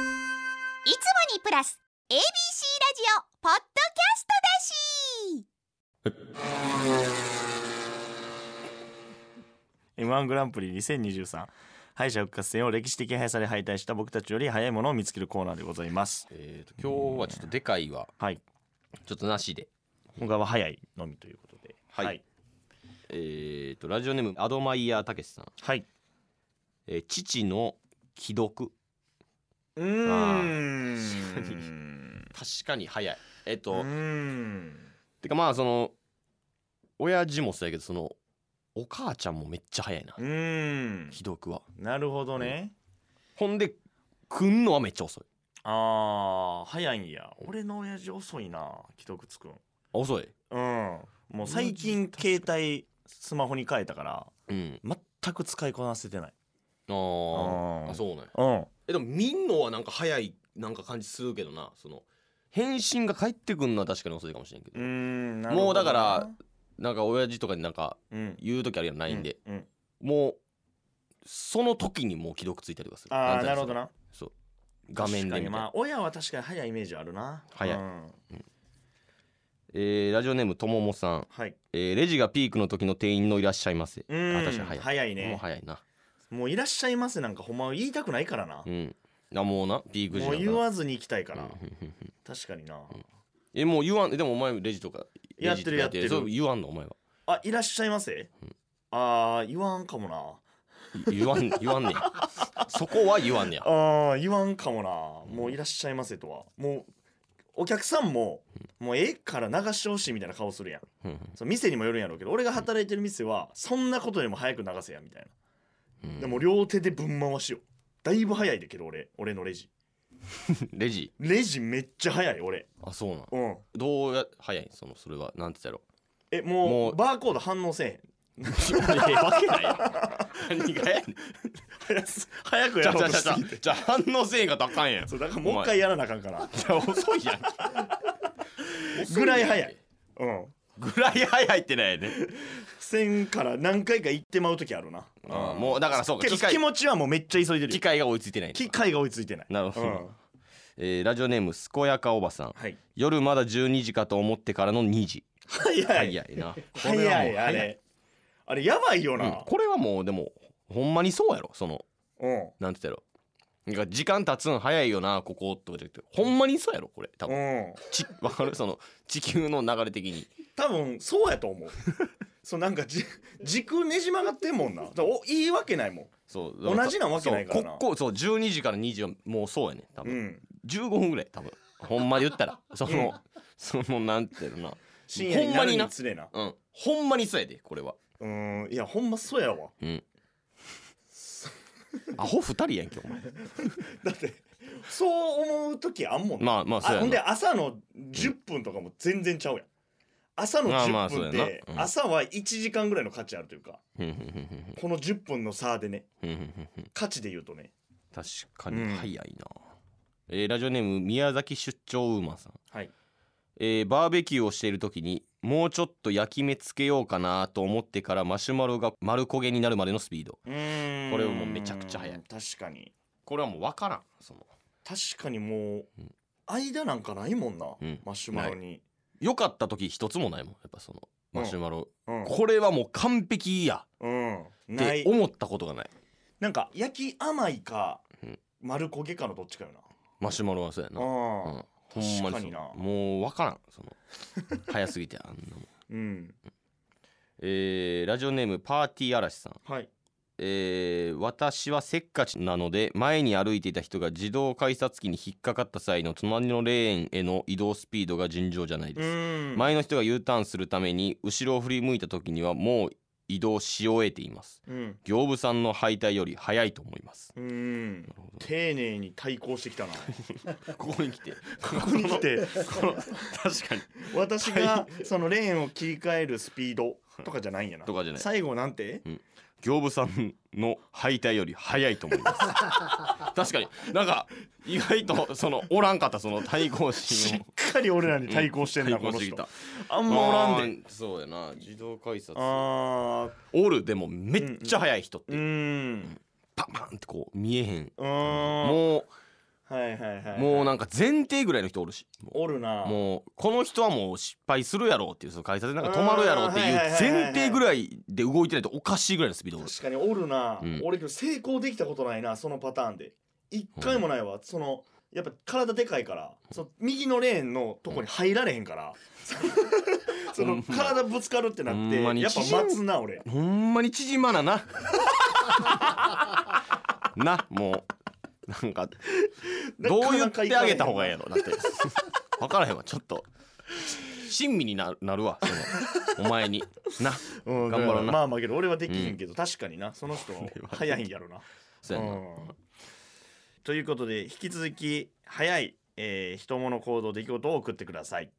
いつもにプラス ABC ラジオポッドキャストだし M1 グランプリ2023敗者復活戦を歴史的速さで敗退した僕たちより早いものを見つけるコーナーでございます。えー、と今日はちょっとでかいははい。ちょっとなしで、他は早いのみということで。はいはい。えー、とラジオネームアドマイヤーたけしさん、はい、えー父の既読うーん。 確かに早いえっ、うとん。てかまあその親父もそうやけどそのお母ちゃんもめっちゃ早いなうん。既読はなるほどね。ほんで来んのはめっちゃ遅いああ、早いんや。俺の親父遅いな。既読つくん。あ遅いうん。もう最近携帯スマホに変えたからうん全く使いこなせてない。あーあーあそうなんやうん。えでも見んのはなんか早いなんか感じするけどなその返信が返ってくんのは確かに遅いかもしれんけど、うん。なるほどなもうだから、なんか親父とかになんかうん。言う時あるやん LINE で、うん。うんもうその時にもう既読ついたりとかするあんあ、てないるうほのどな。そう画面確かにで見たいまなあ親は確かに早いイメージあるな早いうんえーラジオネームとももさん、はいえーレジがピークの時の店員のいらっしゃいませうんあ確かに早早いいもうね早いなもういらっしゃいませなんかほんま言いたくないからなうんあもうなピーク時もうなんだ言わずに行きたいからうんうんうん確かになえもう言わんでもお前レジとかやってるレジとかやってるそう言わんのお前はあいらっしゃいませあー言わんかもない言わん 言わんねやそこは言わんねやあー言わんかもなもういらっしゃいませとはもうお客さんももうええから流してほしいみたいな顔するやんうんうんその店にもよるんやろうけど俺が働いてる店はそんなことでも早く流せやみたいなうんでも両手でぶん回しよだいぶ早いだけど俺俺のレジレジレジめっちゃ早い俺あそうなんうんどうや早いそのそれはなんて言っえもうもうバーコード反応せえへん たやろいやわけないやん 何がやねん早す早くじやゃろあじゃうあとじゃあしすぎじゃあじゃあ反応せえへんかったらあかんやんそうだからもう一回やらなあかん からいや遅いやんぐらい早いうんぐらい早いってないねせんから何回か行ってまう時あるなあーもうだからそうかけど機械気持ちはもうめっちゃ急いでる機よ械が追いついてない機械が追いついてないなるほど、うんえーラジオネームすこやかおばさんはい夜まだ12時かと思ってからの2時早早いいなこれは早もういあれあれやばいようんなこれはもうでもほんまにそうやろそのうんなんて言ったやろなんか時間経つん早いよなこことかじゃなくてほんまにそうやろこれ多分うんちわかるその地球の流れ的に多分そうやと 思うそうなんかじ時空ねじ曲がってんもんなだからお言い訳ないもんそう同じなわけないからなそうここそう12時から2時はもうそうやね多う分、ん15分ぐらい多分ほんまで言ったらそのそのなんていうのな深夜になるにつれなうんほんまにそうやでこれはうんいやほんまそうやわうんアホ二人やんけお前だってそう思う時あんもんな、まあまあそうあやほんでな朝の10分とかも全然ちゃうやん朝のまあまあ10分っそうやてなうん朝は1時間ぐらいの価値あるというかうんうんうんうんこの10分の差でねうんうんうんうん価値で言うとね確かに早いな、えーラジオネーム宮崎出張ウーマンさん、はいえーバーベキューをしている時にもうちょっと焼き目つけようかなと思ってからマシュマロが丸焦げになるまでのスピードこれこれもうめちゃくちゃ早い確かにこれはもう分からんその確かにもううん間なんかないもんな、うんマシュマロに、良かった時一つもないもんやっぱそのマシュマロ、うんこれはもう完璧やうん、っなてい思ったことがないなんか焼き甘いかうん丸焦げかのどっちかよなマシュマロはそうやな、あうんあほんま確かにになそうもう分からんそ の早すぎてあんなもんうんえーラジオネームパーティー嵐さんはいえー私はせっかちなので前に歩いていた人が自動改札機に引っかかった際の隣のレーンへの移動スピードが尋常じゃないです、ん前の人が U ターンするために後ろを振り向いた時にはもう移動し終えていますうん行部さんの敗退より早いと思いますうんなるほ丁寧に対抗してきたなど こ こに来てここに来てこの確かに私がそのレーンを切り替えるスピードとかじゃないんやなとかじゃない最後なんて行部さんの敗退より早いと思います 確かになんか意外とそのおらんかったその対抗し心をっかり俺らに対抗してんな、対こ抗のしてき人たあんまおらんででそうやな自動改札あおるでもめっちゃ速い人っーて、うんパンパンってこう見えへん、うんもうはいはいはいもうなんか前提ぐらいの人おるしもおるなうもうこの人はもう失敗するやろうっていうその改札でなんか止まるやろうっていううんはいはいはいはい前提ぐらいで動いてないとおかしいぐらいのスピードおる確かにおるな、うん俺けど成功できたことないなそのパターンで一回もないわ、そのやっぱ体でかいからその右のレーンのとこに入られへん から、そのその体ぶつかるってなって、ほんまにやっぱ待つな俺ほんまに縮まなな なもうなんかどう言ってあげた方がいいやろだって 分からへんわちょっと親身になるなるわそのお前になうん、頑張ろうなまあまあけど俺はできへんけど、確かになその 人は早いんやろなそうやな、うんということで引き続き早い、えー人物行動出来事を送ってください